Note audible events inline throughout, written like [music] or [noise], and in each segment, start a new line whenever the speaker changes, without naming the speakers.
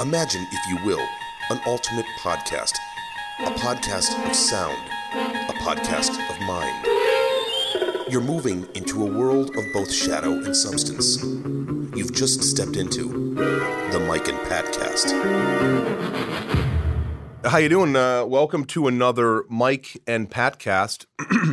Imagine, if you will, an alternate podcast, a podcast of sound, a podcast of mind. You're moving into a world of both shadow and substance. You've just stepped into the Mike and Patcast.
How you doing? Uh, welcome to another Mike and Pat cast.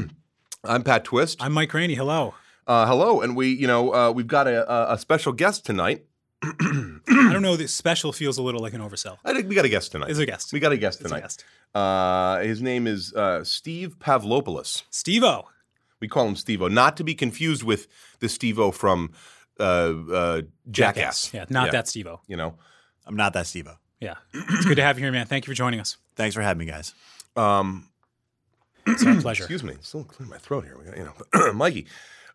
[clears throat] I'm Pat Twist.
I'm Mike Rainey. Hello.
Uh, hello, and we, you know, uh, we've got a, a- a special guest tonight. Hmm.
I don't know. This special feels a little like an oversell.
I think we got a guest tonight.
Is a guest.
We got a guest
It's a
tonight.
guest.
Uh, his name is uh, Steve Pavlopoulos.
Stevo.
We call him Stevo, not to be confused with the Stevo from uh, uh, Jackass.
Yeah, not that Stevo.
You know,
I'm not that Steve.
Yeah. It's good to have you here, man. Thank you for joining us.
Thanks for having me, guys.
um,
It's
[clears throat]
our pleasure.
excuse me, still clearing my throat here. We got, you know, [clears throat] Mikey.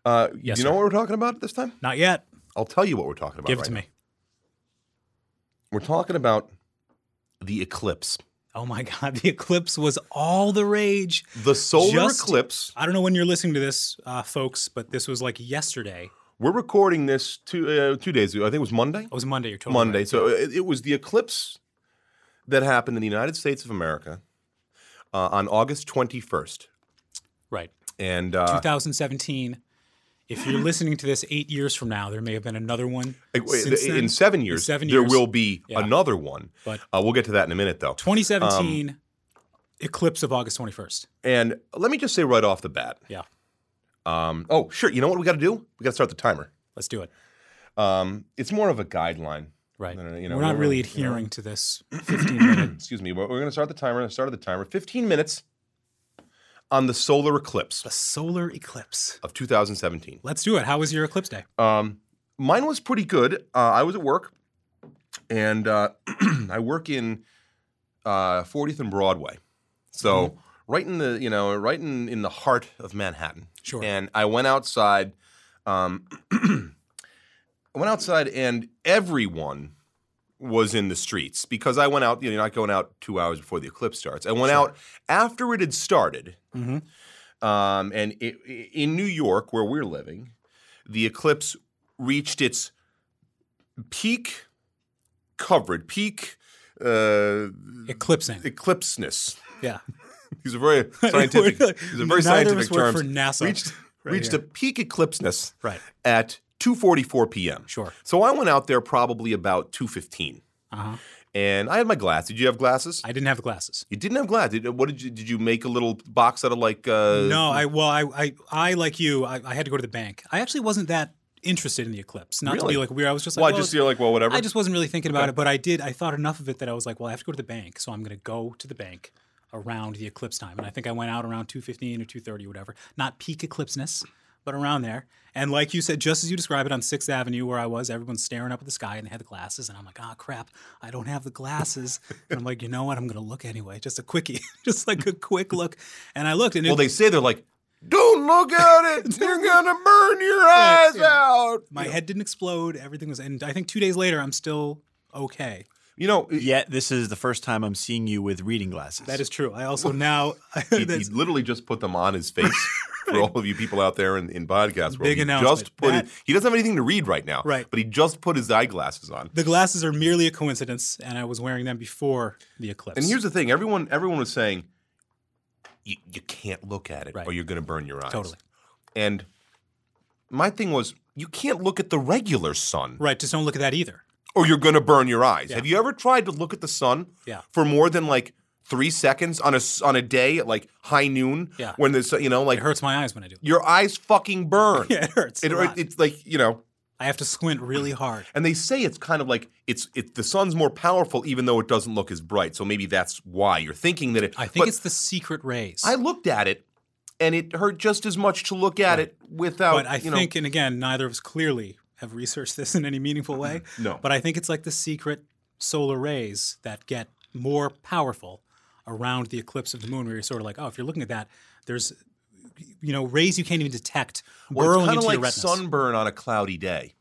Uh,
Yes,
you know
sir.
what we're talking about this time?
Not yet.
I'll tell you what we're talking about.
Give it
right
to
now.
me.
We're talking about the eclipse.
Oh my God. [laughs] The eclipse was all the rage.
The solar
Just-
eclipse.
I don't know when you're listening to this, uh, folks, but this was like yesterday. Oh,
We're recording this two uh, two days ago. I think it was Monday.
It was Monday. You're totally
Monday.
right.
So uh, it, it was the eclipse that happened in the United States of America uh, on August twenty first,
Right.
and uh,
2017. If you're listening to this eight years from now, there may have been another one.
like, wait,
since
in
then.
seven um, years,
seven
there
years.
will be
Yeah.
another one.
But-
uh, we'll get to that in a minute, though.
2017, eclipse of August 21st.
And let me just say right off the bat.
Yeah.
Um, oh, sure. You know what we got to do? We got to start the timer.
Let's do it.
Um, it's more of a guideline.
Right.
No, no, no, you know,
we're not
we're-
really
you know.
adhering to this 15 minute.
excuse me, but we're going to start the timer. I started the timer. 15 minutes on the solar eclipse
[clears throat] The solar eclipse.
of 2017.
Let's do it. How was your eclipse day?
Um, mine was pretty good. Uh, I was at work, and uh, [clears throat] I work in uh, 40th and Broadway, so right in the you know right in in the heart of Manhattan.
Sure.
And I went outside. Um, [clears throat] I went outside, and everyone was in the streets because I went out. You know, not going out two hours before the eclipse starts. I went out after it had started.
Mhm.
Um, and it, i- in New York, where we're living, the eclipse reached its peak coverage, peak uh,
Eclipsing.
eclipseness.
yeah. [laughs]
These are very scientific.
We're like-
These are very
neither
scientific
of us work
terms.
for NASA.
Reached
Right
reached
here.
a peak eclipseness
Right.
at 2:44 p.m.
Sure.
So I went out there probably about 2:15,
Uh-huh.
and I had my glass. Did you have glasses?
I didn't have glasses.
you didn't have glass. Did, what did you? Did you make a little box out of like? Uh,
No, I well, I I, I like you, I, I had to go to the bank. I actually wasn't that interested in the eclipse. Not to
Really?
be like weird. I was just like,
Well, I
well,
just feel like well, whatever.
I just wasn't really thinking about it, but I did. I thought enough of it that I was like, well, I have to go to the bank, so I'm going to go to the bank around the eclipse time. And I think I went out around 2:15 or 2:30 or whatever. Not peak eclipseness, but around there. And like you said, just as you describe it on 6th Avenue where I was, everyone's staring up at the sky and they had the glasses and I'm like, "Ah, crap. I don't have the glasses." and I'm like, "You know what? I'm going to look anyway. Just a quickie. [laughs] just like a quick look." And I looked and it,
well, they say they're like, don't look at
[laughs]
it. You're gonna burn your
Yeah,
eyes
yeah.
out.
my head didn't explode. Everything was and I think 2 days later I'm still okay.
You know,
[laughs]
it-
Yet this is the first time I'm seeing you with reading glasses.
That is true. I also now [laughs]
he, he
that's-
literally just put them
[laughs]
on his face. For all of you people out there in, in podcast world,
Big
he
announcement.
just put
That-
his- he doesn't have anything to read right now,
Right.
But he just put his eyeglasses on.
The glasses are merely a coincidence, and I was wearing them before the eclipse.
And here's the thing: everyone, everyone was saying, you, you can't look at it,
Right.
or you're going to burn your eyes.
totally
And my thing was, you can't look at the regular sun,
right. Just don't look at that either.
or you're going to burn your eyes.
Yeah.
Have you ever tried to look at the sun
Yeah.
for more than like three seconds on a s- on a day at like high noon?
Yeah.
When there's you know like
It hurts my eyes when I do. [laughs] it.
your eyes fucking burn.
[laughs] Yeah, it hurts. a
It,
lot.
it's like you know,
I have to squint really hard.
and they say it's kind of like it's it, the sun's more powerful, even though it doesn't look as bright. So maybe that's why you're thinking that it.
I think
but
it's the secret rays.
I looked at it, and it hurt just as much to look at it without.
but I
you
think, and again, neither of us clearly have researched this in any meaningful way.
Mm-hmm. No.
But I think it's like the secret solar rays that get more powerful around the eclipse of the moon, where you're sort of like, oh, if you're looking at that, there's, you know, rays you can't even detect
know, well, it's
burrowing
kind
into
of like
your retinas.
sunburn on a cloudy day.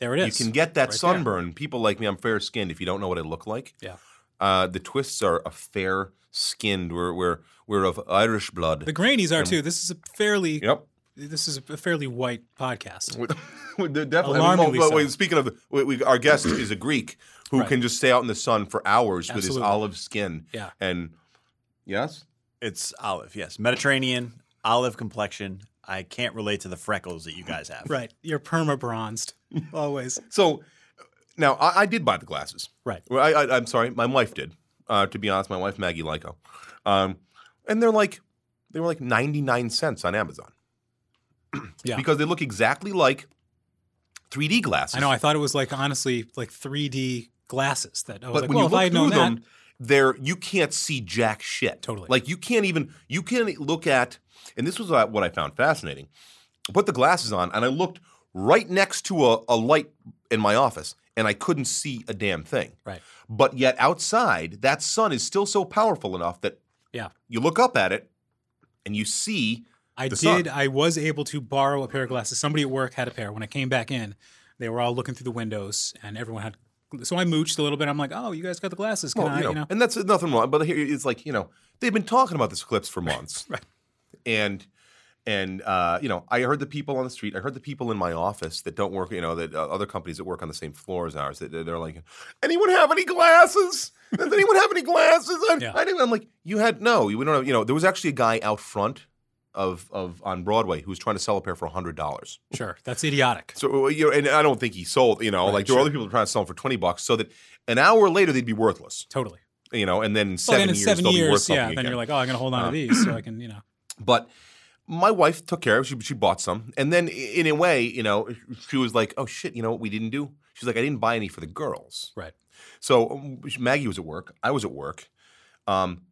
there it
You
is.
can get that
right there.
sunburn. People like me, I'm fair skinned. If you don't know what I look like,
Yeah.
uh, the twists are a fair skinned. We're we're we're of Irish blood. Um,
the grainies are too. This is a fairly
[laughs] yep.
this is a fairly white podcast.
[laughs] Well, they're definitely.
Alarmingly
well, wait,
so.
speaking of, we, we, our guest is a Greek
[clears throat]
who
Right.
can just stay out in the sun for hours with his
Absolutely.
olive skin.
Yeah.
And yes,
It's olive, yes. Mediterranean, olive complexion. I can't relate to the freckles that you guys have.
Right. You're perma
[laughs]
bronzed always.
so now I, I did buy the glasses.
Right.
Well, I, I, I'm sorry, my wife did. Uh, to be honest, my wife Maggie Lyko, um, and they're like they were like 99 cents on Amazon.
Yeah.
[clears throat] Because they look exactly like 3D glasses.
I know. I thought it was like honestly like 3D glasses that I was
but
like,
when
well,
you
if I
look
had
through
known
them,
that,
there you can't see jack shit.
Totally.
Like you can't even you can't look at. And this was uh, what I found fascinating. I put the glasses on, and I looked right next to a, a light in my office, and I couldn't see a damn thing.
right?
But yet outside, that sun is still so powerful enough that
Yeah.
you look up at it, and you see.
I
The
did.
sun.
I was able to borrow a pair of glasses. Somebody at work had a pair. When I came back in, they were all looking through the windows, and everyone had. So I mooched a little bit. I'm like, oh, you guys got the glasses. Can
Well,
I,
you know, and that's nothing wrong. But here it's like you know they've been talking about this eclipse
[laughs]
for months,
Right.
And and uh, you know I heard the people on the street. I heard the people in my office that don't work. You know that uh, other companies that work on the same floor as ours. That that they're like, anyone have any glasses? Does anyone have any glasses? I,
Yeah.
I didn't. I'm like, you had no. We don't have. You know, there was actually a guy out front of of on Broadway who was trying to sell a pair for hundred dollars.
Sure, that's idiotic.
So uh, you know, and I don't think he sold. You know,
Right,
like there were
sure.
other people trying to sell them for twenty bucks, so that an hour later they'd be worthless.
Totally.
You know, and then in
Well, Oh,
seven
then in
years
seven
they'll be worth
years,
something
yeah, then
again.
you're like, oh, I'm gonna hold on
Uh,
to these
[clears throat]
so I can, you know,
but my wife took care of. She she bought some, and then i- in a way, you know, she was like, oh shit, you know what we didn't do? She's like, I didn't buy any for the girls.
right?
So um, Maggie was at work. I was at work. Um,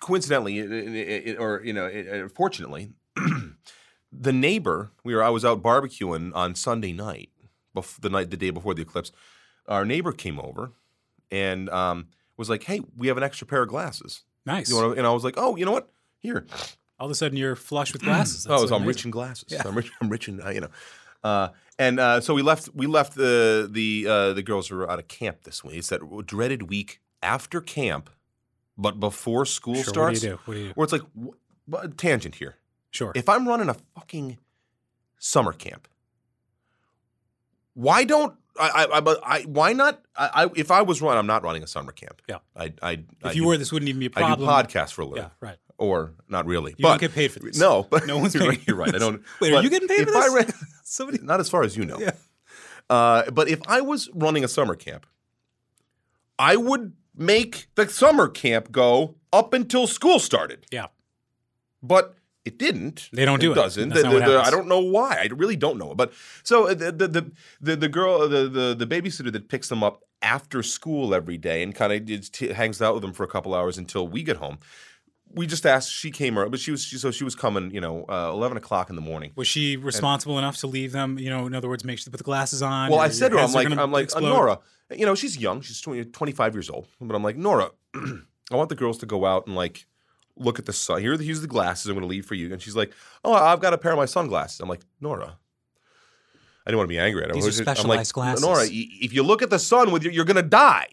coincidentally, it- it- it- it- or you know, it- it- fortunately, [clears throat] the neighbor we were I was out barbecuing on Sunday night, bef- the night the day before the eclipse. Our neighbor came over and um, was like, "Hey, we have an extra pair of glasses."
Nice.
You wanna, and I was like, "Oh, you know what? Here."
All of a sudden, you're flush with glasses.
oh,
That's
so I'm
amazing.
rich in glasses. I'm rich. [laughs] I'm rich in uh, you know. Uh, and uh, so we left. We left the the uh, the girls were out of camp this week. It's that dreaded week after camp, but before school
Sure, What
starts.
do you do? What do you do?
Where it's like wh- but tangent here.
Sure.
If I'm running a fucking summer camp, why don't I? I, I, but I why not? I, I if I was running, I'm not running a summer camp.
Yeah.
I I I
if you
do,
were, this wouldn't even be a
I do
problem.
podcasts for a living,
yeah, right.
or not really.
You
but
don't get paid for this.
no, but
No one's
[laughs] you're
paying
right. You're
[laughs]
right. I
this.
don't.
Wait, are
but
you getting paid
if
for this?
I ran,
[laughs] Somebody.
not as far as you know.
Yeah.
Uh, but if I was running a summer camp, I would make the summer camp go up until school started.
Yeah.
But it didn't.
They don't do it.
Doesn't.
That's
The-
not what
the- the- I
happens.
don't know why. I really don't know. But so uh, the the the, the, the girl, uh, the, the the babysitter that picks them up after school every day and kind of t- hangs out with them for a couple hours until we get home. We just asked. She came early, but she was she, so she was coming. You know, uh, eleven o'clock in the morning.
Was she responsible enough to leave them? You know, in other words, make sure to put the glasses on.
Well,
or
I
your
said to her, I'm
heads are
like,
gonna
I'm like, uh,
explode?
Nora, you know, she's young, she's 20, 25 years old, but I'm like, Nora, [clears throat] I want the girls to go out and like look at the sun. Here, are the- here's the glasses I'm going to leave for you. And she's like, oh, I've got a pair of my sunglasses. I'm like, Nora. I didn't want to be angry at her.
These
I
are
was I'm like,
specialized glasses.
Nora, y- if you look at the sun with your, you're going
[laughs]
to die.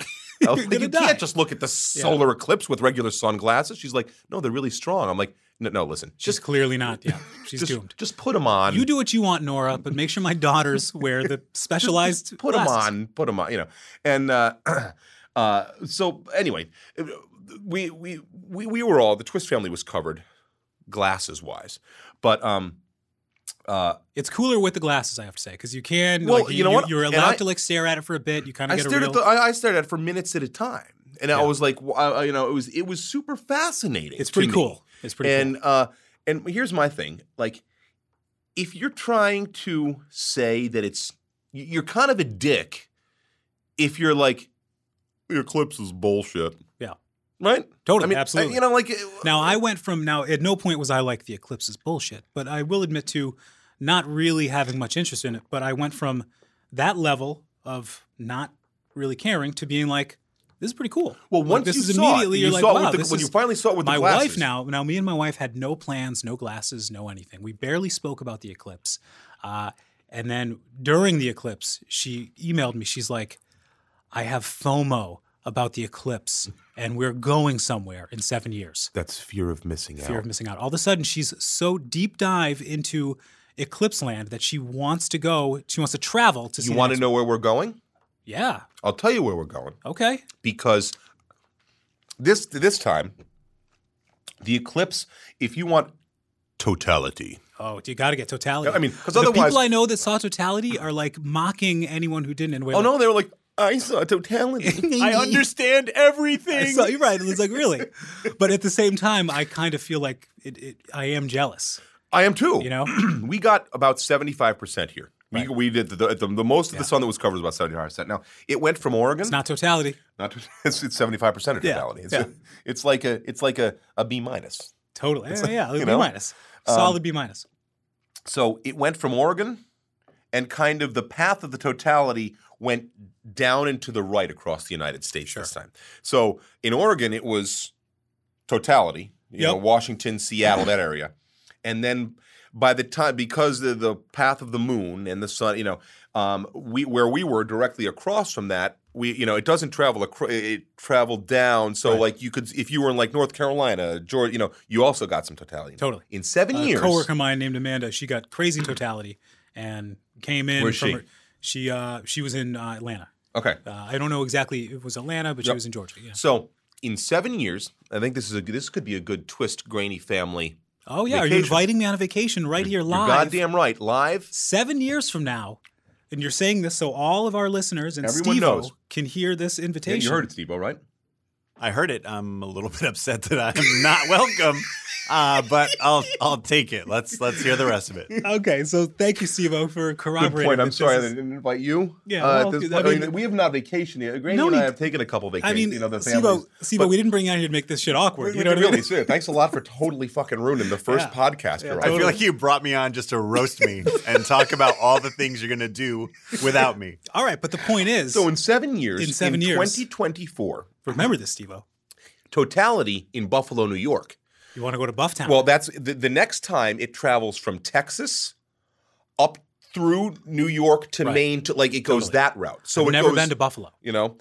I
You're
was like,
gonna
you
die."
can't just look at the solar eclipse with regular sunglasses. She's like, no, they're really strong. I'm like, no, no listen,
She's
just
clearly not.
[laughs]
Yeah, she's
just,
doomed.
just put them on.
You do what you want, Nora, but make sure my daughters
[laughs]
wear the specialized.
put them
glasses.
on, put them on, you know. And uh, [clears throat] uh, so anyway, uh, we, we we we were all the Twist family was covered glasses wise, but um, uh,
It's cooler with the glasses, I have to say, because you can.
Well,
like,
you know what?
You're
And
allowed
I-
to like stare at it for a bit. You kind of
I
get
stared
a real.
at the I, I stared at it for minutes at a time, and I
Yeah.
was like, w- I- I- you know, it was it was super fascinating.
it's
to
pretty
me.
cool. It's pretty cool.
and uh, and here's my thing: like, if you're trying to say that it's, y- you're kind of a dick if you're like, the eclipse is bullshit.
Yeah.
Right.
Totally,
I mean, I-
absolutely.
you know, like it-
Now I went from now at no point was I like the eclipse is bullshit, but I will admit to not really having much interest in it. But I went from that level of not really caring to being like, this is pretty cool.
Well,
Like,
once
this
you
is
saw it,
immediately
you
you're like,
saw it with
wow,
the-
this
when you
is-
finally saw it with the
my
glasses.
wife now. Now me and my wife had no plans, no glasses, no anything. We barely spoke about the eclipse. Uh, and then during the eclipse, she emailed me. She's like, I have FOMO. about the eclipse and we're going somewhere in seven years.
That's fear of missing
Fear
out.
of missing out. All of a sudden, she's so deep dive into eclipse land that she wants to go. She wants to travel to see.
you
the
want to
next-
know where we're going?
Yeah.
I'll tell you where we're going
Okay.
because this this time the eclipse. If you want totality,
Oh, you got to get totality.
I mean, 'cause
the
otherwise-
people I know that saw totality are like mocking anyone who didn't. And
oh no, they were like, I saw totality.
I understand everything.
So you're right. It was like really,
[laughs]
but at the same time, I kind of feel like it, it, I am jealous.
I am too.
You know,
[clears throat] we got about 75% here. We, we did the, the, the most of the sun that was covered was about 75%. Now, it went from Oregon.
it's not totality.
not to- [laughs] it's, it's 75% of
Yeah,
totality. It's,
yeah.
it's like a it's like a, a B minus.
Totally. Yeah, yeah,
you
B
know, Um,
minus. Solid B minus.
So it went from Oregon and kind of the path of the totality went down and to the right across the United States this time. So in Oregon, it was totality, you know,
Yep.
Washington, Seattle, that area. And then by the time, because the, the path of the moon and the sun, you know, um, we where we were directly across from that, we you know, it doesn't travel across, it traveled down. So like you could, if you were in like North Carolina, Georgia, you know, you also got some totality.
Totally.
In seven
A
years,
coworker of mine named Amanda. She got crazy totality and came in.
Where's
from
she?
Her, she uh, she was in uh, Atlanta.
Okay.
Uh, I don't know exactly. It was Atlanta, but she was in Georgia. Yeah.
So in seven years, I think this is a this could be a good twist. Grainy family,
Oh yeah. Are you
Vacation.
inviting me on a vacation right here
you're
live?
goddamn right. Live,
seven years from now, and you're saying this so all of our listeners and
Everyone
Steve
knows.
can hear this invitation.
it, Steve, right?
I heard it. I'm a little [laughs] bit upset that I'm not welcome, uh, but I'll I'll take it. Let's let's hear the rest of it.
Okay, so thank you, Stevo, for
Good
corroborating.
point.
that
I'm
this
sorry
is-
I didn't invite you.
Yeah,
uh,
well,
at this
I
point- I mean,
mean-
we have not vacationed yet. Grainy
No
and I
need-
have taken a couple vacations.
I mean,
you know, the families.
Sibo, Sibo, we didn't bring you out here to make this shit awkward.
We-
you know
we
what I
really
mean?
should. Thanks a lot for totally fucking ruining the first
Yeah.
podcast. you're
I
right.
feel like you brought me on just to roast me and talk about all the things you're gonna do without me.
All right, but the point is,
so in seven years,
In seven years.
2024,
remember this, Stevo.
totality in Buffalo, New York.
You want to go to Bufftown?
Well, that's the, the next time it travels from Texas up through New York to
Right.
Maine to like it goes
Totally.
that route. So
I've
it
never
goes,
been to Buffalo.
you know,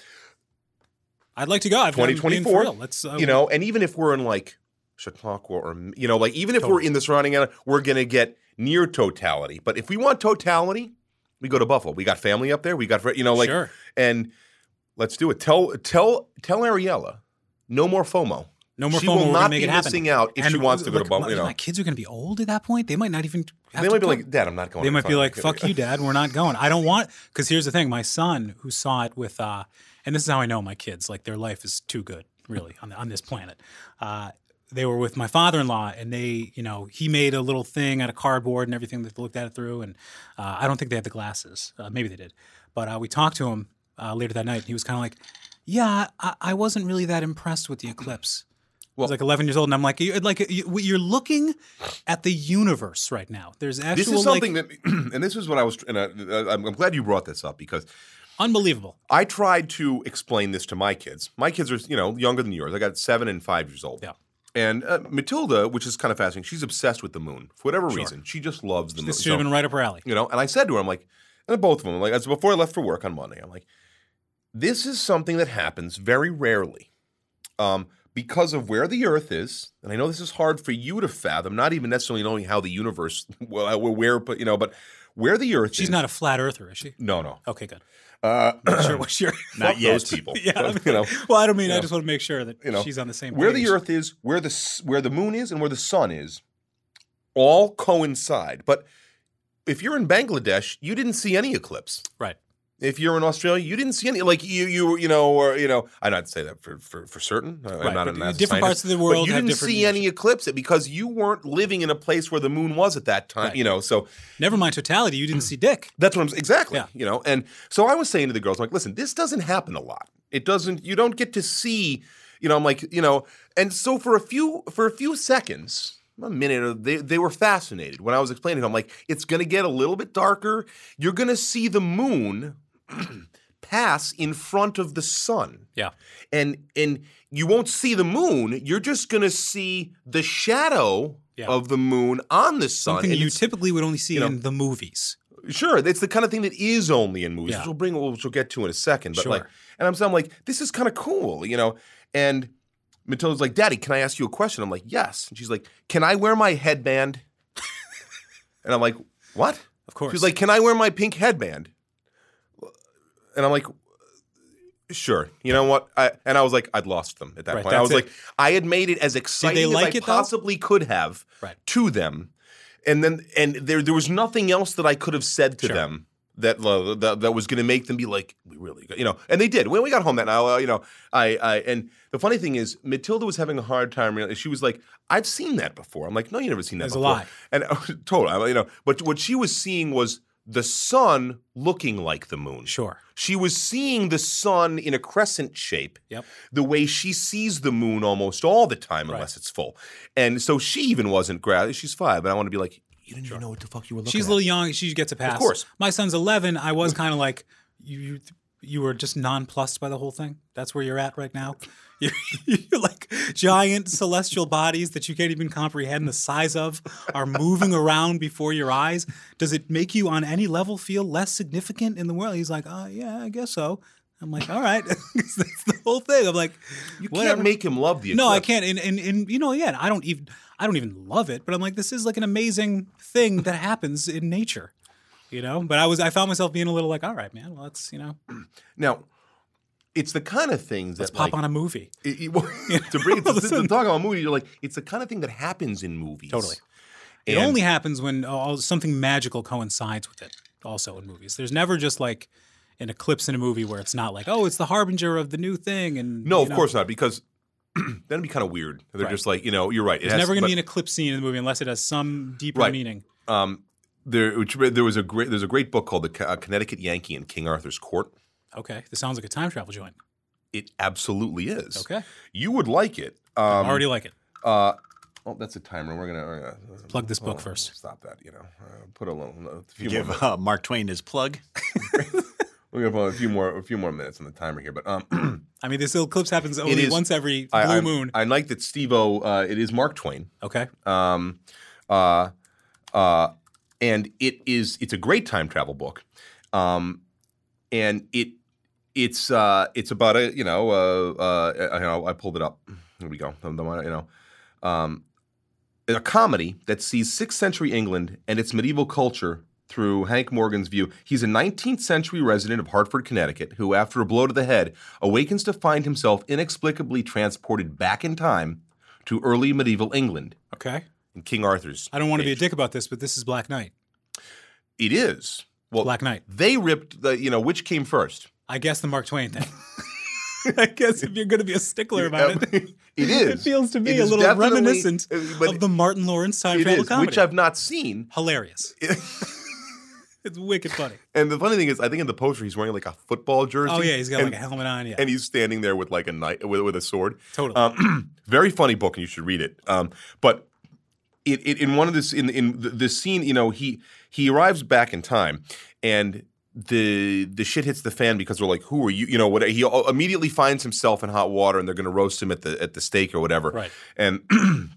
I'd like to go. I've never been for
2024,
real. Let's uh,
you know, and even if we're in like Chautauqua or you know, like even if we're
Totally.
in the surrounding area, we're gonna get near totality. But if we want totality, we go to Buffalo. We got family up there. We got fri- you know, like
sure.
and let's do it. Tell tell tell Ariella, no more FOMO.
No more
she
FOMO.
will
We're
not
gonna make
be
it happen.
missing out if she
And
wants to go
look,
to Buffalo.
My,
You know,
my kids are going to be old at that point. They might not even. Have
they
to
might be
come.
like, Dad, I'm not going.
They
to
might be
Buffalo."
like, "Fuck you, Dad. We're not going. I don't want." Because here's the thing: my son, who saw it with, uh, and this is how I know my kids. Like their life is too good, really, on the, on this planet. Uh, they were with my father-in-law, and they, you know, he made a little thing out of cardboard and everything that they looked at it through. And uh, I don't think they had the glasses. Uh, maybe they did, but uh, we talked to him uh, later that night, and he was kind of like, "Yeah, I, I wasn't really that impressed with the eclipse." I was like 11 years old, and I'm like, you're, like you- you're looking at the universe right now. There's actual
This is
like,
something that, [clears throat] and this is what I was, and I, uh, I'm I'm glad you brought this up because
unbelievable.
I tried to explain this to my kids. My kids are, you know, younger than yours. I got seven and five years old.
Yeah.
And uh, Matilda, which is kind of fascinating, she's obsessed with the moon for whatever reason. She just loves the moon.
This should have
So-
been right up her alley.
you know. And I said to her, I'm like, and both of them, I'm like, as before I left for work on Monday, I'm like, this is something that happens very rarely, um, because of where the Earth is. And I know this is hard for you to fathom, not even necessarily knowing how the universe, [laughs] well, where, but you know, but where the Earth
She's
is.
not a flat earther, is she?
No, no.
Okay,
[clears throat]
good.
Uh,
Sure, well, sure.
Not
fuck
[laughs]
yet.
Those people.
yeah, I mean,
[laughs] you know.
well, I don't mean.
Yeah.
I just want to make sure that
You know,
she's on the same.
where the
page.
earth is where the s- where the moon is and where the sun is all coincide but if you're in bangladesh you didn't see any eclipse
Right.
if you're in australia you didn't see any like you you you know or you know i not say that for for, for certain I- i'm
Right,
not
but
an astronomer.
different parts of the
but
world
you
have
didn't
different
see
views.
any eclipse because you weren't living in a place where the moon was at that time
Right.
you know so
Never mind totality. You didn't
Mm.
see Dick.
that's what I'm exactly.
Yeah.
You know, and so I was saying to the girls, I'm like, listen, this doesn't happen a lot. It doesn't. You don't get to see. You know, I'm like, you know, and so for a few for a few seconds, a minute, or they they were fascinated when I was explaining. I'm like, it's going to get a little bit darker. You're going to see the moon [clears throat] pass in front of the sun
Yeah.
and and you won't see the moon. You're just gonna see the shadow
Yeah.
of the moon on the sun.
Something
and
you
it's-
typically would only see
you know-
in the movies.
Sure, it's the kind of thing that is only in movies,
Yeah.
which we'll bring, which we'll get to in a second. But
Sure.
like, and I'm, so I'm like, this is kind of cool, you know. And Matilda's like, Daddy, can I ask you a question? I'm like, yes. And she's like, Can I wear my headband? [laughs] and I'm like, What?
Of course.
She's like, Can I wear my pink headband? And I'm like, Sure. You know what? I, and I was like, I'd lost them at that
Right,
point. I was
that's it.
like, I had made it as exciting
like
as I
it, though?
possibly could have
Right.
to them. And then, and there, there was nothing else that I could have said to
Sure.
them that, uh, that that was going to make them be like, we really, got-" you know. And they did. When we got home that night, I, you know, I, I, and the funny thing is, Matilda was having a hard time. Really, she was like, I've seen that before. I'm like, no, you never seen that.
There's a
before.
lie.
And [laughs] totally, you know, but what she was seeing was the sun looking like the moon.
sure.
She was seeing the sun in a crescent shape,
Yep.
the way she sees the moon almost all the time,
Right.
unless it's full. And so she even wasn't grad. She's five, and I want to be like, you didn't even know what the fuck you were looking
She's a
at.
little young. She gets a pass.
course.
My son's 11. I was kind of like, you, you you were just nonplussed by the whole thing. That's where you're at right now. [laughs] You're, you're like giant celestial bodies that you can't even comprehend the size of are moving around before your eyes. Does it make you on any level feel less significant in the world? He's like, uh, yeah, I guess so. I'm like, all right. [laughs] That's the whole thing. I'm like,
you
whatever.
can't make him love the
No, I
eclipse.
can't. And, and and you know, yeah, I don't even I don't even love it, but I'm like, this is like an amazing thing
[laughs]
that happens in nature. You know? But I was I found myself being a little like, all right, man, well that's you know,
Now, it's the kind of things
let's
that
pop
like,
on a movie.
It- [laughs] it- well, to
[laughs]
bring it to, to talk about a movie, you're like, it's the kind of thing that happens in movies.
Totally. It
And-
only happens when uh, all, something magical coincides with it, also in movies. There's never just like an eclipse in a movie where it's not like, oh, it's the harbinger of the new thing and
No,
you
of
know,
course not, because [clears throat] that'd be kind of weird. They're
Right.
just like, you know, you're right. It
There's
has-
never going to be
but-
an eclipse scene in the movie unless it has some deeper
Right.
meaning.
um, there, which, there was a great there's a great book called the Ca- uh, Connecticut Yankee and King Arthur's Court.
Okay, this sounds like a time travel joint.
It absolutely is.
Okay,
you would like it.
I
Um,
already like it.
Uh, oh, that's a timer. We're gonna, we're gonna
Plug this book
oh,
first.
Stop that. You know, uh, put a little. A few more
Give
minutes.
uh, Mark Twain his plug.
We're gonna put a few more a few more minutes on the timer here, but um, [clears throat]
I mean, this eclipse happens only
is-
once every blue
I, I,
moon.
I like that Steve-O, uh, It is Mark Twain.
okay.
um, uh, uh, and it is it's a great time travel book, um, and it it's uh, it's about a you know uh, uh, I, you know I pulled it up here we go The- the one, you know um, a comedy that sees sixth century England and its medieval culture. Through Hank Morgan's view, he's a 19th century resident of Hartford, Connecticut, who, after a blow to the head, awakens to find himself inexplicably transported back in time to early medieval England
Okay.
and King Arthur's.
I don't want to be a
age.
dick about this, but this is Black Knight.
It is. Well,
Black Knight.
they ripped the, you know, which came first?
I guess the Mark Twain
[laughs]
thing. I guess if you're going to be a stickler about it,
Uh, [laughs] it is.
[laughs] it feels to me
It
a
is
little
definitely-
reminiscent
uh, but
of the Martin Lawrence time
it
travel
is,
comedy.
which I've not seen. [laughs]
Hilarious. it's wicked funny.
And the funny thing is, I think in the poster he's wearing like a football jersey.
Oh yeah, he's got
and,
like a helmet on. Yeah,
and he's standing there with like a knight with, with a sword.
totally.
Um, [clears throat] very funny book, and you should read it. Um, but it, it in one of this in in th- this scene, you know, he he arrives back in time, and the the shit hits the fan because they're like, "Who are you?" You know, what he al- immediately finds himself in hot water, and they're going to roast him at the at the stake or whatever.
Right.
And [clears throat]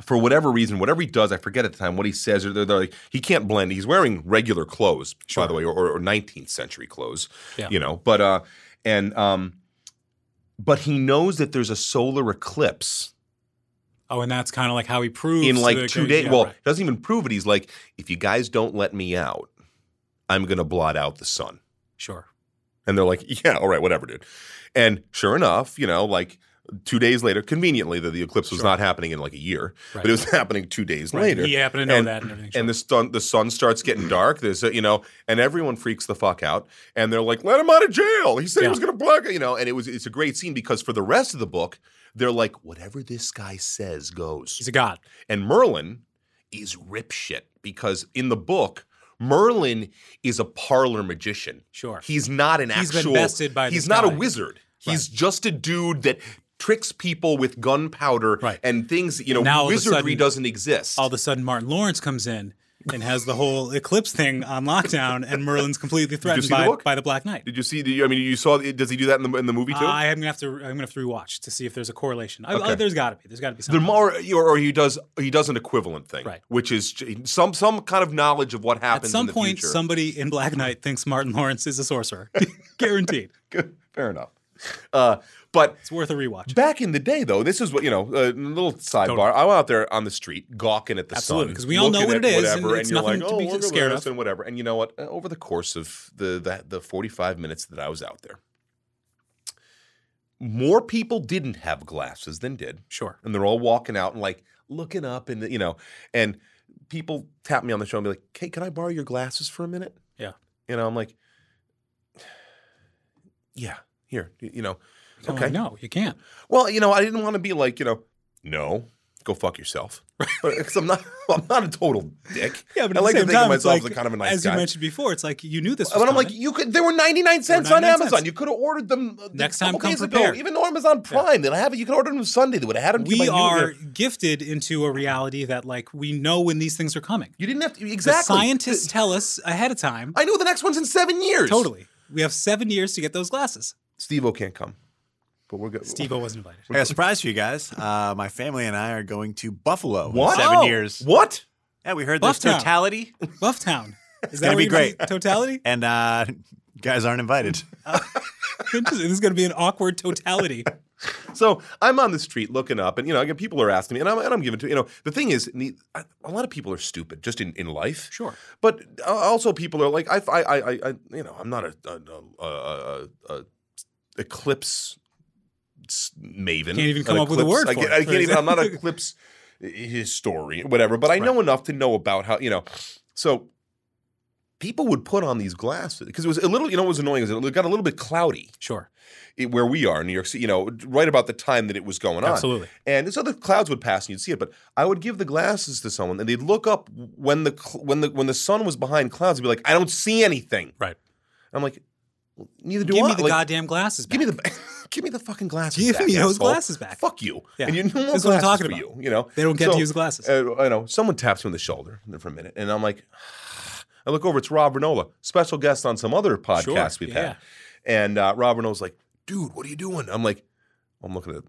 for whatever reason, whatever he does, I forget at the time what he says. Or they're, they're like, he can't blend. He's wearing regular clothes, by the way, or, or 19th century clothes.
Yeah.
You know, but uh, and um, but he knows that there's a solar eclipse
oh, and that's kind of like how he proves
in
to
like
the-
two days.
yeah,
well,
right.
he doesn't even prove it. He's like, if you guys don't let me out, I'm gonna blot out the sun.
sure.
And they're like, [laughs] yeah, all right, whatever, dude. And sure enough, you know, like two days later, conveniently, the, the eclipse was not happening in like a year,
Right.
but it was [laughs] happening two days
Right.
later.
He happened to know
And-
that and everything.
and the sun the sun
[clears throat]
starts getting dark. There's a, you know, and everyone freaks the fuck out, and they're like, "Let him out of jail." He said he
Yeah.
was going to block, you know. And it was it's a great scene because for the rest of the book, they're like, "Whatever this guy says
he's
goes."
a god.
And Merlin is rip shit because in the book, Merlin is a parlor magician.
Sure.
he's not an
He's been
actual.
bested by
he's
this
not a
guy.
wizard. He's just a dude that. Tricks people with gunpowder
Right.
and things, you know,
Now all of a
wizardry
sudden-
doesn't exist.
all of a sudden Martin Lawrence comes in and has the whole eclipse thing on lockdown, and Merlin's completely threatened
see the
by,
book?
by the Black Knight.
Did you see? Did you, I mean, you saw. Does he do that in the in the movie too?
Uh, I'm gonna have to. I'm gonna have to rewatch to see if there's a correlation. I,
Okay.
I, there's got to be. There's got to be
the
something.
more, or, or he does he does an equivalent thing,
Right.
Which is j- some some kind of knowledge of what
At
happens
some
in the
point,
future.
somebody in Black Knight thinks Martin Lawrence is a sorcerer,
[laughs]
guaranteed.
Good. [laughs] Fair enough. Uh, but
It's worth a rewatch.
back in the day, though, this is what you know. A little sidebar. I'm out there on the street gawking at the sun,
Absolutely, 'cause we all know
looking
what
at
it is,
whatever,
and it's
you're
nothing
like,
to
"Oh,
be
look at
scared of."
this," and whatever. And you know what? Uh, Over the course of the that the 45 minutes that I was out there, more people didn't have glasses than did.
Sure.
and they're all walking out and like looking up and you know and people tap me on the shoulder and be like hey can i borrow your glasses for a minute
Yeah.
you know i'm like yeah here y- you know
I'm
okay
like, no, you can't.
well you know i didn't want to be like you know no go
[laughs]
fuck yourself because i'm not [laughs] i'm not a total dick
Yeah, but
i
at
like
the same
to think
time,
of
it's
myself
like,
as a kind of a nice
as
guy
you mentioned before, it's like you knew this. Was
but I'm like,
coming.
you could. They were 99 cents on
99
Amazon.
cents.
You could have ordered them uh,
Next
a couple
time, come
days ago.
prepared.
Even on Amazon Prime, they'll have it. You could order them Sunday. They would have had them. to you by
we
noon.
are gifted into a reality that like we know when these things are coming.
You didn't have to
The
exactly.
scientists tell us ahead of time.
I know the next one's in seven years.
Totally. We have seven years to get those glasses.
Steve O can't come, but we're good.
Steve O wasn't
[laughs]
invited.
I got a surprise for you guys. Uh, my family and I are going to Buffalo
What?
in seven
Oh,
years.
What?
Yeah, we heard there's
Bufftown.
totality,
Bufftown. Is that
gonna be
where you're
great.
Totality?
and uh, [laughs] guys aren't invited.
Interesting. This is going to be an awkward totality.
So I'm on the street looking up, and you know, again, people are asking me, and I'm, and I'm giving to you know. The thing is, ne- I- a lot of people are stupid just in, in life.
Sure.
But uh, also, people are like, I, I, I, I I- you know, I'm not a, a, a, a, a eclipse s- maven.
Can't even
An
come up with a
eclipse-
word
I,
for
can't-
it,
I
for
can't even.
[laughs]
I'm not an
example.
eclipse historian, whatever. But I know enough to know about how you know. So people would put on these glasses because it was a little. You know, what was annoying is it got a little bit cloudy
Sure.
it, where we are in New York City, you know, right about the time that it was going on.
Absolutely.
And so the clouds would pass and you'd see it, but I would give the glasses to someone and they'd look up when the cl- when the when the sun was behind clouds and be like, I don't see anything.
Right.
I'm like, well, neither do
Give
I.
me the
Like,
goddamn glasses. Back.
Give me the [laughs] give me the fucking glasses.
Give
back,
me those
asshole.
glasses back.
Fuck you.
Yeah.
And you know
That's what I'm
glasses
talking
for
about.
You, you know
They don't get to
So,
use glasses.
Uh, I know. Someone taps me on the shoulder for a minute, and I'm like, [sighs] I look over. It's Rob Renola, special guest on some other podcast we've
yeah.
had. And uh, Rob Renola's like, "Dude, what are you doing?" I'm like, "I'm looking at,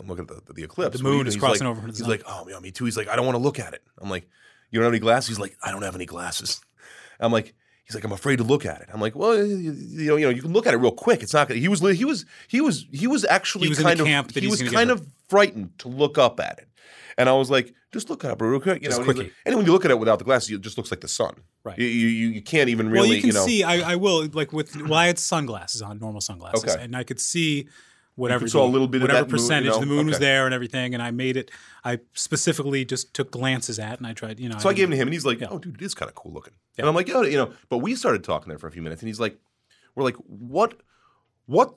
I'm looking at the, the eclipse.
The
What are
moon
you doing?"
is
He's
crossing
like-
over from the
He's
sun.
like, "Oh, yeah, me too." He's like, "I don't want to look at it." I'm like, "You don't have any glasses?" He's like, "I don't have any glasses." [laughs] I'm like. He's like, I'm afraid to look at it. I'm like, well, you, you know, you know, you can look at it real quick. It's not. Gonna, he was, li- he was, he was, he was actually
He was in the
kind of,
camp that
he
he's
was
gonna get
kind
hurt.
of frightened to look up at it. And I was like, just look it up real quick. You
Just
know, and he's
quickie.
like- and when you look at it without the glasses, it just looks like the sun.
Right.
You you, you you can't even really,
well, you can
know.
see. I, I will like with. Well, I had sunglasses on, normal sunglasses,
Okay.
and I could see whatever
You saw a little bit of
whatever
that moon, you
percentage
know?
the moon was
Okay.
there and everything. And I made it. I specifically just took glances at, and I tried. You know.
so I gave
didn't-
it to him, and he's like, "Oh, dude, it is kind of cool looking." And I'm like, "Oh, you know." But we started talking there for a few minutes, and he's like, "We're like, what, what?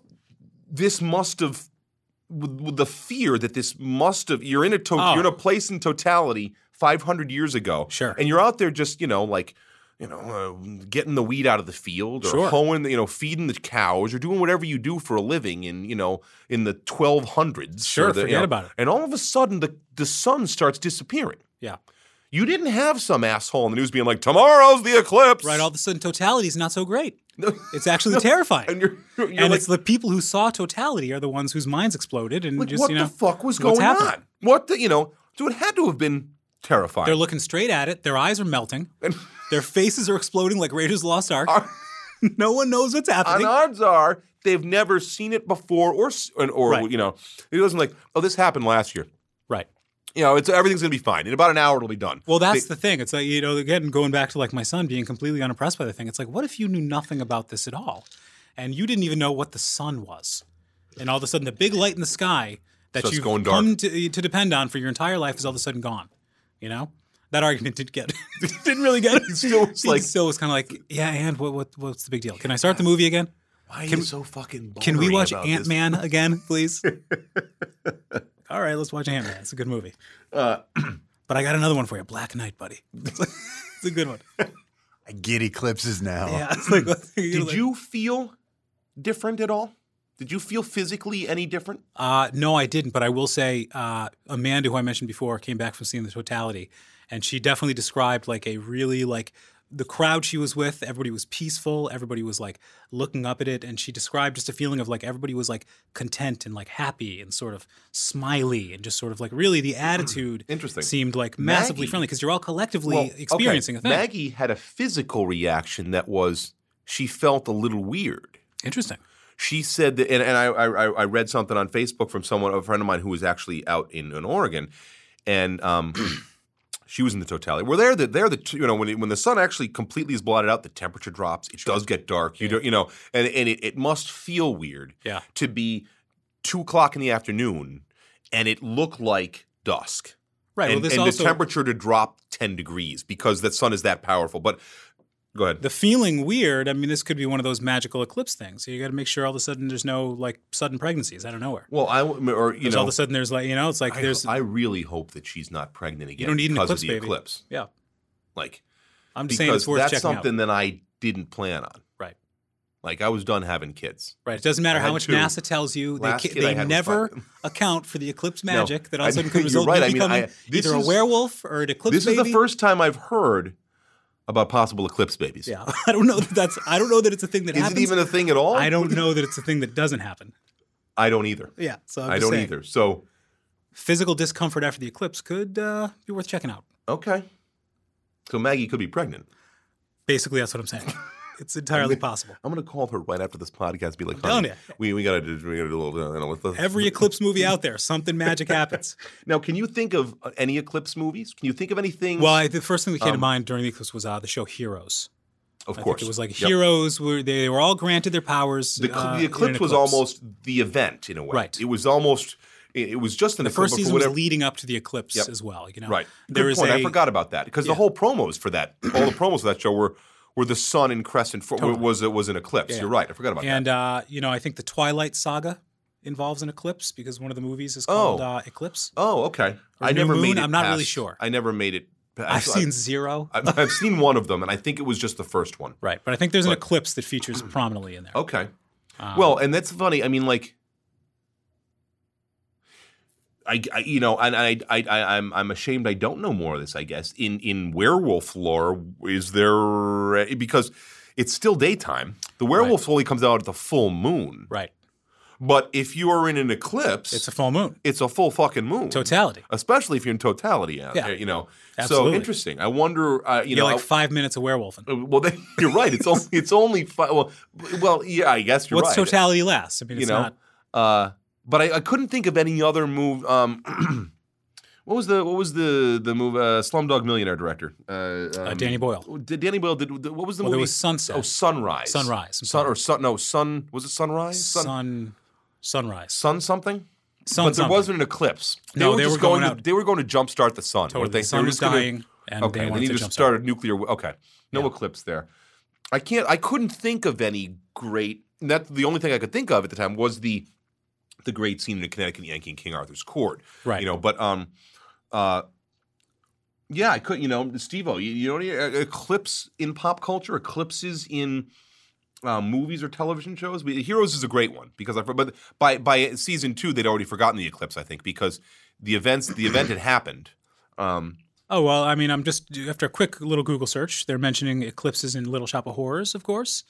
This must have." With, with the fear that this must have you're in a to-
Oh.
you're in a place in totality 500 years ago
Sure.
and you're out there just you know like you know uh, getting the weed out of the field or
Sure.
hoeing the, you know feeding the cows or doing whatever you do for a living in you know in the 1200s
Sure,
or the, you
forget
know,
about it.
and all of a sudden the the sun starts disappearing
Yeah.
you didn't have some asshole in the news being like, "Tomorrow's the eclipse,"
Right. All of a sudden, totality is not so great.
No.
It's actually terrifying.
[laughs] and you're, you're
and
like,
it's the people who saw totality are the ones whose minds exploded and
like,
just
"What
you know
the fuck was
what's
going
happening.
on?" What the you know? So it had to have been terrifying.
They're looking straight at it. Their eyes are
[laughs]
melting. Their faces are exploding like Raiders of the Lost Ark.
Are-
[laughs] no one knows what's
and
happening.
odds are they've never seen it before, or s- and- or
Right.
you know, it wasn't like, "Oh, this happened last year."
Right.
You know, it's everything's gonna be fine. In about an hour, it'll be done.
Well, that's the thing. It's like, you know, again, going back to like my son being completely unimpressed by the thing. It's like, what if you knew nothing about this at all? And you didn't even know what the sun was. And all of a sudden, the big light in the sky that
Starts
you've
going dark.
come to, to depend on for your entire life is all of a sudden gone. You know? That argument did get [laughs] didn't really
[laughs]
get it.
still was
He
like-
still was kind of like, yeah. And what, what what's the big deal? Can I start the movie again?
Why are you so fucking?
Can we
bothery
watch
about
Ant
this?
Man
[laughs]
again, please? All right, let's watch Ant Man. It's a good movie.
Uh, [clears throat]
but I got another one for you, Black Knight, buddy. [laughs] it's a good one.
I get eclipses now.
Yeah, it's like, did
Oh. Did you feel different at all? Did you feel physically any different?
Uh, no, I didn't. But I will say, uh, Amanda, who I mentioned before, came back from seeing the totality, and she definitely described like a really like the crowd she was with everybody was peaceful everybody was like looking up at it and she described just a feeling of like everybody was like content and like happy and sort of smiley and just sort of like really the attitude
Hmm. Interesting.
seemed like massively
Maggie-
friendly because you're all collectively
Well, okay,
e-, experiencing a thing
Maggie had a physical reaction that was she felt a little weird.
interesting
she said that, and, and I, I I read something on Facebook from someone, a friend of mine who was actually out in, in Oregon, and um, [clears throat] she was in the totality. We're there. That they're the two- you know when it, when the sun actually completely is blotted out, the temperature drops. It does get dark. You do you know, and and it, it must feel weird.
Yeah.
To be two o'clock in the afternoon, and it look like dusk
right well
and,
this
and
also
the temperature to drop 10 degrees because the sun is that powerful but go ahead
the feeling weird i mean this could be one of those magical eclipse things so you got to make sure all of a sudden there's no like sudden pregnancies out of nowhere
well i or you
Because
know
all of a sudden there's like you know it's like
I,
there's
I really hope that she's not pregnant again
don't need an
because
eclipse,
of the
baby.
eclipse.
yeah
Like
i'm just saying
because
it's worth
that's
checking out
something that I didn't plan on.
Right.
Like I was done having kids.
Right. It doesn't matter
I
how
had
much
two.
NASA tells you. They,
Last
ca-
kid I
they
had was
never
[laughs] fine.
account for the eclipse
No,
magic that all of a
I-
sudden
[laughs] you're
could result
right.
in
I
you
mean, I-
becoming
this
either
is-
a werewolf or an eclipse
This
baby.
is the first time I've heard about possible eclipse babies.
Yeah. [laughs] I don't know that that's. I don't know that it's a thing that
Is
happens.
it even a thing at all?
I don't know that it's a thing that doesn't happen.
I don't either.
Yeah. So I'm
I
just
don't
saying,
either. So
Physical discomfort after the eclipse could uh, be worth checking out.
okay. So Maggie could be pregnant.
Basically, that's what I'm saying. [laughs] It's entirely possible.
I'm gonna call her right after this podcast. and Be like,
telling
honey, we we gotta do, we gotta do a little. You know, let's- let's-
Every eclipse movie out there, something magic
[laughs]
happens.
now, can you think of uh, any eclipse movies? Can you think of anything?
Well, I, the first thing that came to
Um,
mind during the eclipse was uh, the show Heroes.
of
I
course,
think it was like
Yep.
heroes were they, were all granted their powers.
The, cl-
uh, in
the
an
eclipse was almost the event in a way.
Right.
It was almost. It, it was just an
The first
eclipse, but for
season
whatever.
was leading up to the eclipse
Yep.
as well. You know,
right.
There
Good
is
point. I
a-
forgot about that because the
Yeah.
whole promos for that, all the promos for that show were were the sun and crescent. For,
Totally.
Was it was an eclipse?
Yeah.
You're right. I forgot about
and
that.
uh, you know, I think the Twilight Saga involves an eclipse because one of the movies is called
Oh.
uh, Eclipse.
Oh, okay. I
New
never
Moon?
made it.
I'm not really
past-
sure.
I never made it. past-
I've seen zero.
I've, I've seen one of them, and I think it was just the first one.
Right, but I think there's an
But-
eclipse that
[clears throat]
features prominently in there.
Okay.
Um,
Well, and that's funny. I mean, like, I, I- you know, and I, I, I, I'm, I'm ashamed. I don't know more of this. I guess in in werewolf lore, is there because it's still daytime. The werewolf only comes out at the full moon.
right,
But if you are in an eclipse,
it's a full moon
it's a full fucking moon.
totality.
Especially if you're in totality out
Yeah.
there, you know. So
Absolutely.
interesting. I wonder, uh, you
You are
know,
like five minutes of werewolfing.
I- well, [laughs] then, you're right. It's only it's only five. Well, well, yeah, I guess you're
What's
right
totality last? I mean,
you
it's
know.
not.
Uh, but I, I couldn't think of any other move. Um, [clears throat] what was the what was the the move? Uh, Slumdog Millionaire director uh,
Uh,
um,
Danny Boyle.
Did Danny Boyle did what was the
Well,
movie?
there was Sunset.
oh, Sunrise.
Sunrise, I'm
Sun
sorry.
or sun? No, sun. Was it Sunrise? Sun. Sun,
sun, sunrise.
something.
Sun
but there
something.
wasn't an eclipse.
No, they
just
were going
to,
out-
They were going to jumpstart the sun.
Totally.
weren't they?
The
They
sun
were
was
just gonna-
dying, and
Okay,
they
then
wanted
you
to
just
jump
started nuclear. Okay, no
Yeah.
eclipse there. I can't. I couldn't think of any great. That's the only thing I could think of at the time was the the great scene in Connecticut Yankee in King Arthur's court.
Right.
You know, but um, uh, yeah, I could. You know, Steve-O, you, you know, any, uh, eclipse in pop culture, eclipses in. Uh, movies or television shows. We, Heroes is a great one because I but by by season two they'd already forgotten the eclipse I think because the events the event had happened. Um,
Oh well, I mean, I'm just after a quick little Google search. They're mentioning eclipses in Little Shop of Horrors, of course.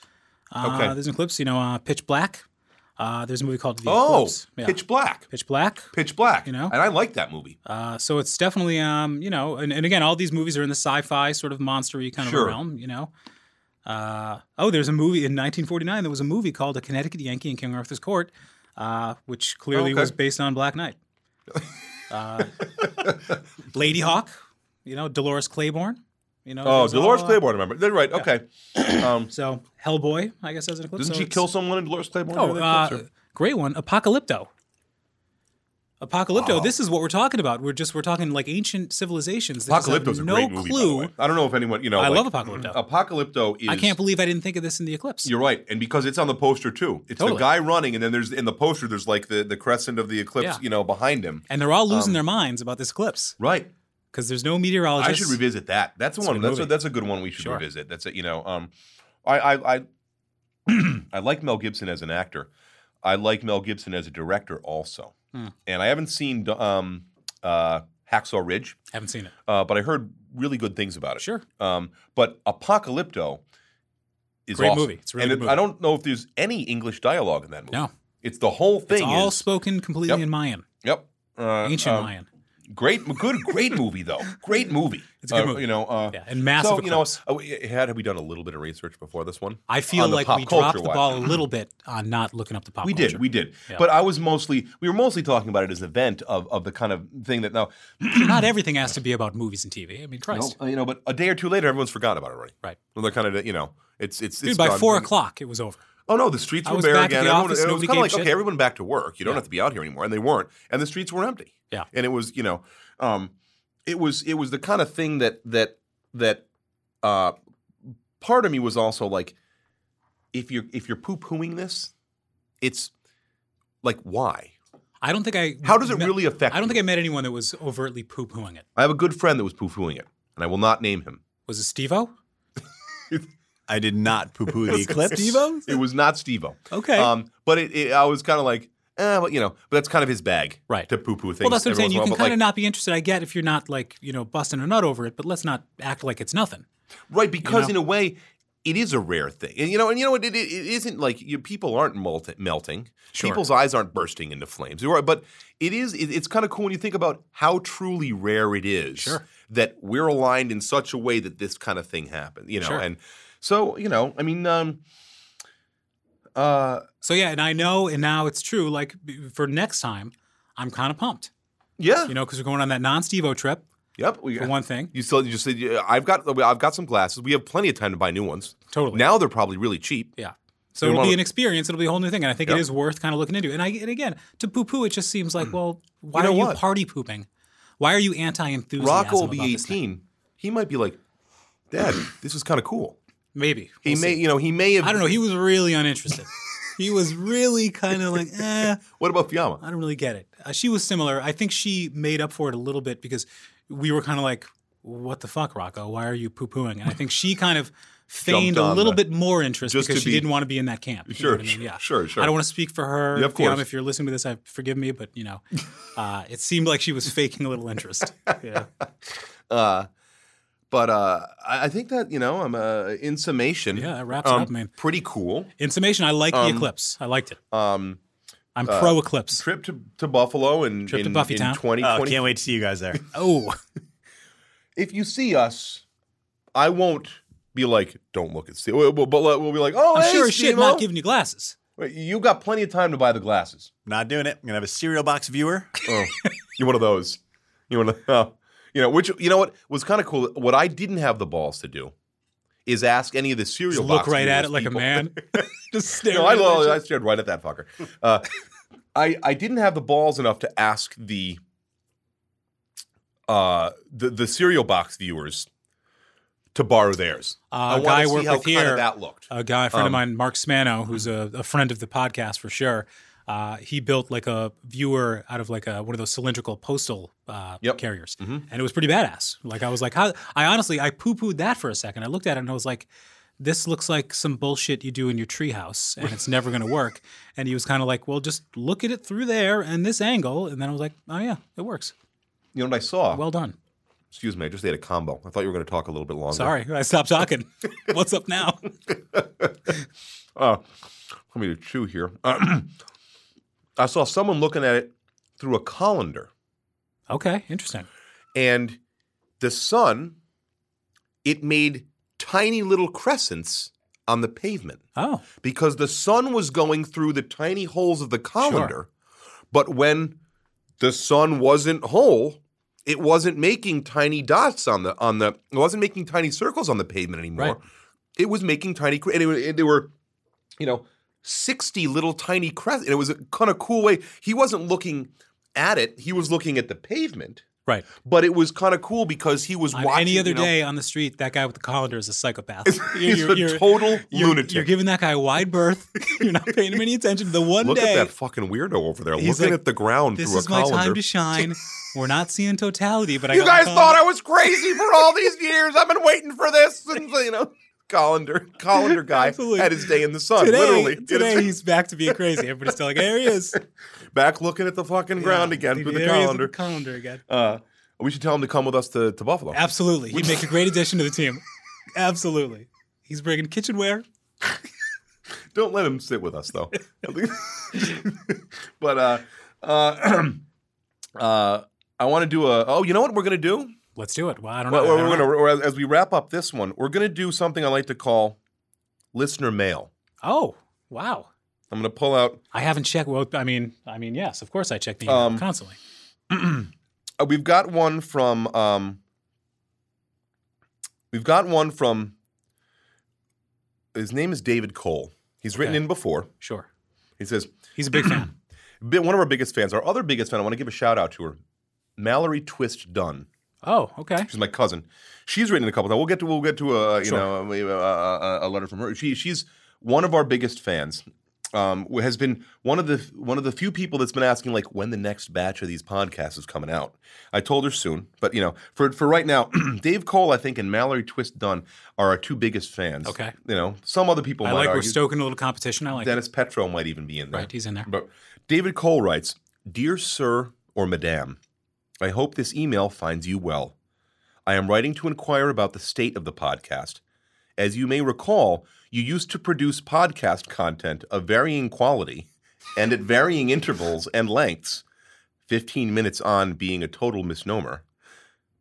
Uh,
Okay.
There's an eclipse, you know, uh, Pitch Black. Uh, there's a movie called The
oh,
Eclipse. Yeah.
Pitch Black.
Pitch Black.
Pitch Black.
You know?
and I like that movie.
Uh, so it's definitely, um, you know, and, and again, all these movies are in the sci-fi sort of monstery kind
Sure.
of realm, you know. Uh, oh, there's a movie in 1949. There was a movie called A Connecticut Yankee in King Arthur's Court, uh, which clearly
Okay.
was based on Black
[laughs]
Knight. Uh, Lady Hawk, you know, Dolores Claiborne. You know,
Oh,
those all,
Dolores
uh,
Claiborne. Remember? They're right. Okay. Um,
So Hellboy, I guess, as an eclipse.
doesn't
so
she
it's-
kill someone in Dolores Claiborne?
Oh, uh, great one, Apocalypto. Apocalypto. This is what we're talking about. We're just we're talking like ancient civilizations. that just have
Apocalypto's
no
a great movie. by the
clue.
way. I don't know if anyone you know.
I
like,
love Apocalypto.
Apocalypto is.
I can't believe I didn't think of this in the eclipse.
You're right, and because it's on the poster too. It's the
Totally.
guy running, and then there's in the poster there's like the the crescent of the eclipse,
Yeah.
you know, behind him.
and they're all losing their minds about this eclipse
Right.
because there's no meteorologist.
um, I should revisit that. That's the one.
good
That's a,
movie.
that's a good one we should
Sure.
revisit. That's a, you know, um, I I [clears throat] I, I like Mel Gibson as an actor. I like Mel Gibson as a director also.
Hmm.
And I haven't seen um, uh, Hacksaw Ridge,
Haven't seen it.
uh, but I heard really good things about it.
Sure.
Um, but Apocalypto is
Great
awesome.
movie. It's a really
and
good
I
movie.
don't know if there's any English dialogue in that movie.
No.
It's the whole thing.
It's all
is-
spoken completely
Yep.
in Mayan,
yep. Uh,
ancient
um,
Mayan.
Great, good, great movie though. Great movie.
It's a good
Uh,
movie.
You know. Uh,
Yeah, and massive
So you know,
eclipse.
uh, we- had we done a little bit of research before this one,
I feel
on the
like
pop
we dropped
culture
the
wise. Mm-hmm.
ball a little bit on not looking up the pop
We
culture.
did, we did.
Yeah.
But I was mostly, we were mostly talking about it as an event of, of the kind of thing that now,
Not everything has to be about movies and TV. I mean, Christ.
you know, but a day or two later, everyone's forgotten about it already.
Right.
Well, they're kind of, you know, it's it's,
Dude,
it's
by
gone-
four o'clock, it was over.
Oh no, the streets
I
were
was
bare
back at
again.
the
Everyone-
office,
it was
nobody
kind of
gave
like
shit.
okay, everyone back to work. You don't
Yeah.
have to be out here anymore, and they weren't. And the streets were empty.
Yeah.
and it was you know, um, it was it was the kind of thing that that that uh, part of me was also like, if you're if you're poo pooing this, it's like why?
I don't think I.
How does it
met-
really affect?
I don't
you?
think I met anyone that was overtly poo pooing it.
I have a good friend that was poo pooing it, and I will not name him.
Was it Steve O?
I did not
[laughs]
poo poo the eclipse. Oh,
Steve-O?
It was not Stevo.
Okay.
Um, but it, it I was kind of like, eh, but you know, but that's kind of his bag,
Right.
To poo poo things.
well, that's what I'm
every
saying. You can
once in a while,
kind
but,
of
like,
not be interested. I get if you're not like you know busting a nut over it, but let's not act like it's nothing.
right because
know?
in a way. It is a rare thing, and you know, and you know, it, it, it isn't like you, people aren't melt, melting.
Sure.
People's eyes aren't bursting into flames. You're right, But it is. It, it's kind of cool when you think about how truly rare it is
Sure.
that we're aligned in such a way that this kind of thing happens. You know,
Sure.
and so you know, I mean, um, uh,
So yeah, and I know, and now it's true. Like b- for next time, I'm kind of pumped.
yeah,
You know, because we're going on that non Steve O trip
Yep. We,
for one thing.
You still you just said yeah, I've got I've got some glasses. We have plenty of time to buy new ones.
Totally.
Now they're probably really cheap.
Yeah. So
You
it'll
wanna-
be an experience. It'll be a whole new thing, and I think
Yeah.
it is worth kind of looking into. And I, and again, to poo poo, it just seems like, well, why
Mm. know
are you
what?
party pooping? Why are you anti enthusiasm?
Rocco will be
about this thing?
18. He might be like, Dad, this is kind of cool.
Maybe
He
We'll
may
see.
you know he may have.
I don't know. He was really uninterested. he was really kind of like, eh,
What about Fiamma?
I don't really get it. Uh, she was similar. I think she made up for it a little bit because we were kind of like, what the fuck, Rocco? Why are you poo pooing? And I think she kind of feigned
Jumped
a
on
little
the-
bit more interest
just
because
to
she
be-
didn't want to be in that camp. you know
Sure,
what I mean?
sure,
Yeah.
sure, sure.
I don't want to speak for her.
Yeah, of
Fiona,
course.
if you're listening to this, I forgive me, but you know, uh, it seemed like she was faking a little interest. yeah.
Uh, but uh, I I think that you know I'm uh, in summation.
Yeah, that wraps it
um,
up, man.
Pretty cool.
In summation, I like the eclipse. I liked it.
Um,
I'm pro eclipse.
trip to, to Buffalo and
Trip to
in,
Buffy
in
Town.
2020.
Oh, can't wait to see you guys there.
oh,
if you see us, I won't be like, don't look at Steve. We'll, we'll, but we'll be like, oh,
I'm
hey,
sure as shit not
Steve-O.
giving you glasses.
Wait, You got plenty of time to buy
[laughs]
the glasses.
Not doing it. I'm gonna have a cereal box viewer.
Oh, you're one of those. You want to, [laughs] oh. you know, which you know what was kind of cool. What I didn't have the balls to do is ask any of the cereal.
Just look
box
right at it like
viewers
a
people- [laughs]
man. [laughs] Just stare.
No, I,
at it.
lo- I stared right at that fucker. Uh, [laughs] I I didn't have the balls enough to ask the uh the the cereal box viewers to borrow theirs.
Uh,
I
a
wanna
guy I
see
work
how
with
kinda
here, Uh,
that looked.
a guy, a friend
Um,
of mine, Mark Smano, who's a, a friend of the podcast for sure. Uh, he built like a viewer out of like a, one of those cylindrical postal uh,
Yep. Mm-hmm.
carriers, and it was pretty badass. Like I was like, how? I honestly, I poo pooed that for a second. I looked at it and I was like, this looks like some bullshit you do in your treehouse, and it's never going to
[laughs]
work. And he was kind of like, well, just look at it through there and this angle, and then I was like, oh yeah, it works.
you know what I saw?
Well done.
Excuse me, I just ate a combo. I thought you were going to talk a little bit longer.
Sorry, I stopped
[laughs]
talking. What's up now?
Uh, Let me to chew here. [clears throat] I saw someone looking at it through a colander,
Okay, interesting.
and the sun, it made tiny little crescents on the pavement
Oh,
because the sun was going through the tiny holes of the colander. But when the sun wasn't whole, it wasn't making tiny dots on the on the. It wasn't making tiny circles on the pavement anymore.
Right.
It was making tiny. cre- And, it, wa- and they were, you know, sixty little tiny crests. And it was a kind of cool way. He wasn't looking at it. He was looking at the pavement.
right.
But it was kind of cool because he was
On
watching.
any other
you know,
day on the street, that guy with the colander is a psychopath.
[laughs] He's a total
you're-
lunatic.
You're giving that guy wide berth. [laughs] You're not paying him any attention. The one
Look
day,
at that fucking weirdo over there
He's
looking
like,
at the ground
this
through a
is my
colander.
time to
[laughs]
shine. We're not seeing totality, but I
you
got my
guys thought
colander.
I was crazy for all these years. I've been waiting for this since you know. Colander,
[laughs]
colander guy
Absolutely.
had his day in the sun.
today,
literally,
today he's back to being crazy. Everybody's still like, there he is.
[laughs] back looking at the fucking [laughs] ground again
Dude,
through the
there he is with
colander.
colander again.
Uh, We should tell him to come with us to, to Buffalo.
Absolutely. He'd make a great addition to the team. Absolutely. He's bringing kitchenware.
Don't let him sit with
[laughs]
us though. [laughs] but uh, uh, [clears throat] uh, I want to do a. Oh, you know what we're gonna do?
Let's do it. Well, I don't know.
Well,
I
we're
don't
gonna
know.
or as- as we wrap up this one, we're gonna do something I like to call listener mail.
Oh, wow.
I'm gonna pull out.
I haven't checked. Well, I mean, I mean, yes, of course I check the email
Um,
constantly.
uh, we've got one from. Um, we've got one from. His name is David Cole. He's written
Okay.
in before.
Sure.
He says,
He's a big
[clears throat]
fan.
bi- one of our biggest fans, our other biggest fan, I want to give a shout out to her, Mallory Twist Dunn.
Oh, okay.
She's my cousin. She's written a couple times. We'll get to we'll get to a you
Sure.
know a, a, a- a letter from her. She she's one of our biggest fans. Um, who has been one of the one of the few people that's been asking like when the next batch of these podcasts is coming out. I told her soon, but you know for for right now, [clears throat] Dave Cole I think and Mallory Twist Dunn are our two biggest fans.
Okay.
you know some other people
I
might
like we're
argue.
stoking a little competition. I like
Dennis Petro might even be in there.
Right, he's in there.
But David Cole writes, Dear Sir or Madame, I hope this email finds you well. I am writing to inquire about the state of the podcast. As you may recall, you used to produce podcast content of varying quality and at varying intervals and lengths, 15 minutes on being a total misnomer.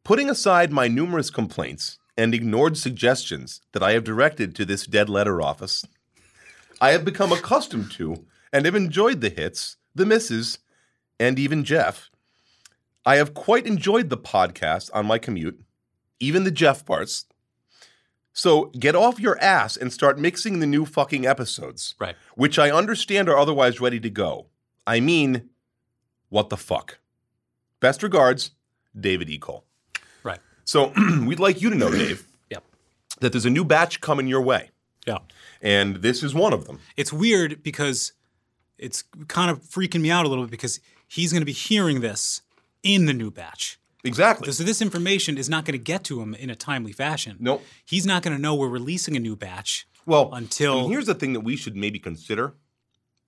Putting aside my numerous complaints and ignored suggestions that I have directed to this dead letter office, I have become accustomed to and have enjoyed the hits, the misses, and even Jeff. I have quite enjoyed the podcast on my commute, even the Jeff parts. So get off your ass and start mixing the new fucking episodes,
Right.
which I understand are otherwise ready to go. I mean, what the fuck? Best regards, David E. Cole.
Right.
So [clears throat] we'd like you to know, Dave,
Yep.
that there's a new batch coming your way,
Yeah.
and this is one of them.
It's weird because it's kind of freaking me out a little bit because he's going to be hearing this in the new batch.
Exactly.
So this information is not going to get to him in a timely fashion.
Nope.
He's not going to know we're releasing a new batch.
Well,
until-
and here's the thing that we should maybe consider.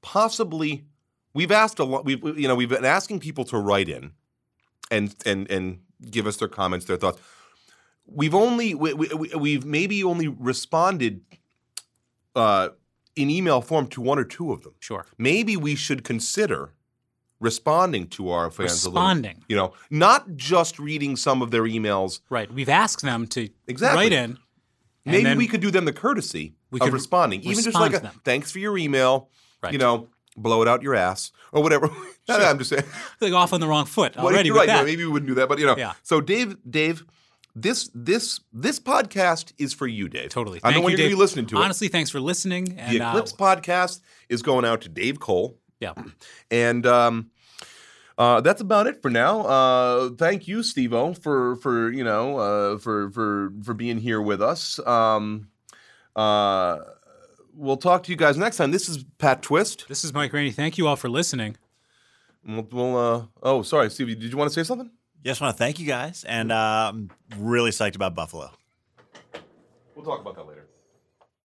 Possibly, we've asked a lot. We've you know we've been asking people to write in, and and and give us their comments, their thoughts. We've only we, we, we- we've maybe only responded uh, in email form to one or two of them.
Sure.
Maybe we should consider responding to our fans
Responding.
a little. You know, not just reading some of their emails.
Right. We've asked them to
Exactly.
write in. and
Maybe
then-
we could do them the courtesy
We
of
could
responding, even just
respond
like
to
a
them.
thanks for your email.
Right.
You know, blow it out your ass or whatever. [laughs] No, no, I'm just saying.
like off on the wrong foot
Well,
already
you're
with
right.
that.
Yeah, maybe we wouldn't do that, but you know.
Yeah.
So Dave, Dave, this this this podcast is for you, Dave.
Totally.
I'm the
Thank
one
you,
you're gonna
Dave.
be listening to
Honestly, thanks for listening.
it.
And
The
uh,
Eclipse podcast is going out to Dave Cole,
yeah,
and um, uh, that's about it for now. Uh, thank you, Steve-O, for for you know uh, for for for being here with us. Um, uh, we'll talk to you guys next time. This is Pat Twist.
this is Mike Rainey. Thank you all for listening.
And We'll, we'll uh, oh, sorry, Steve. Did you want to say something?
Just want to thank you guys, and uh, I'm really psyched um, about Buffalo.
We'll talk about that later.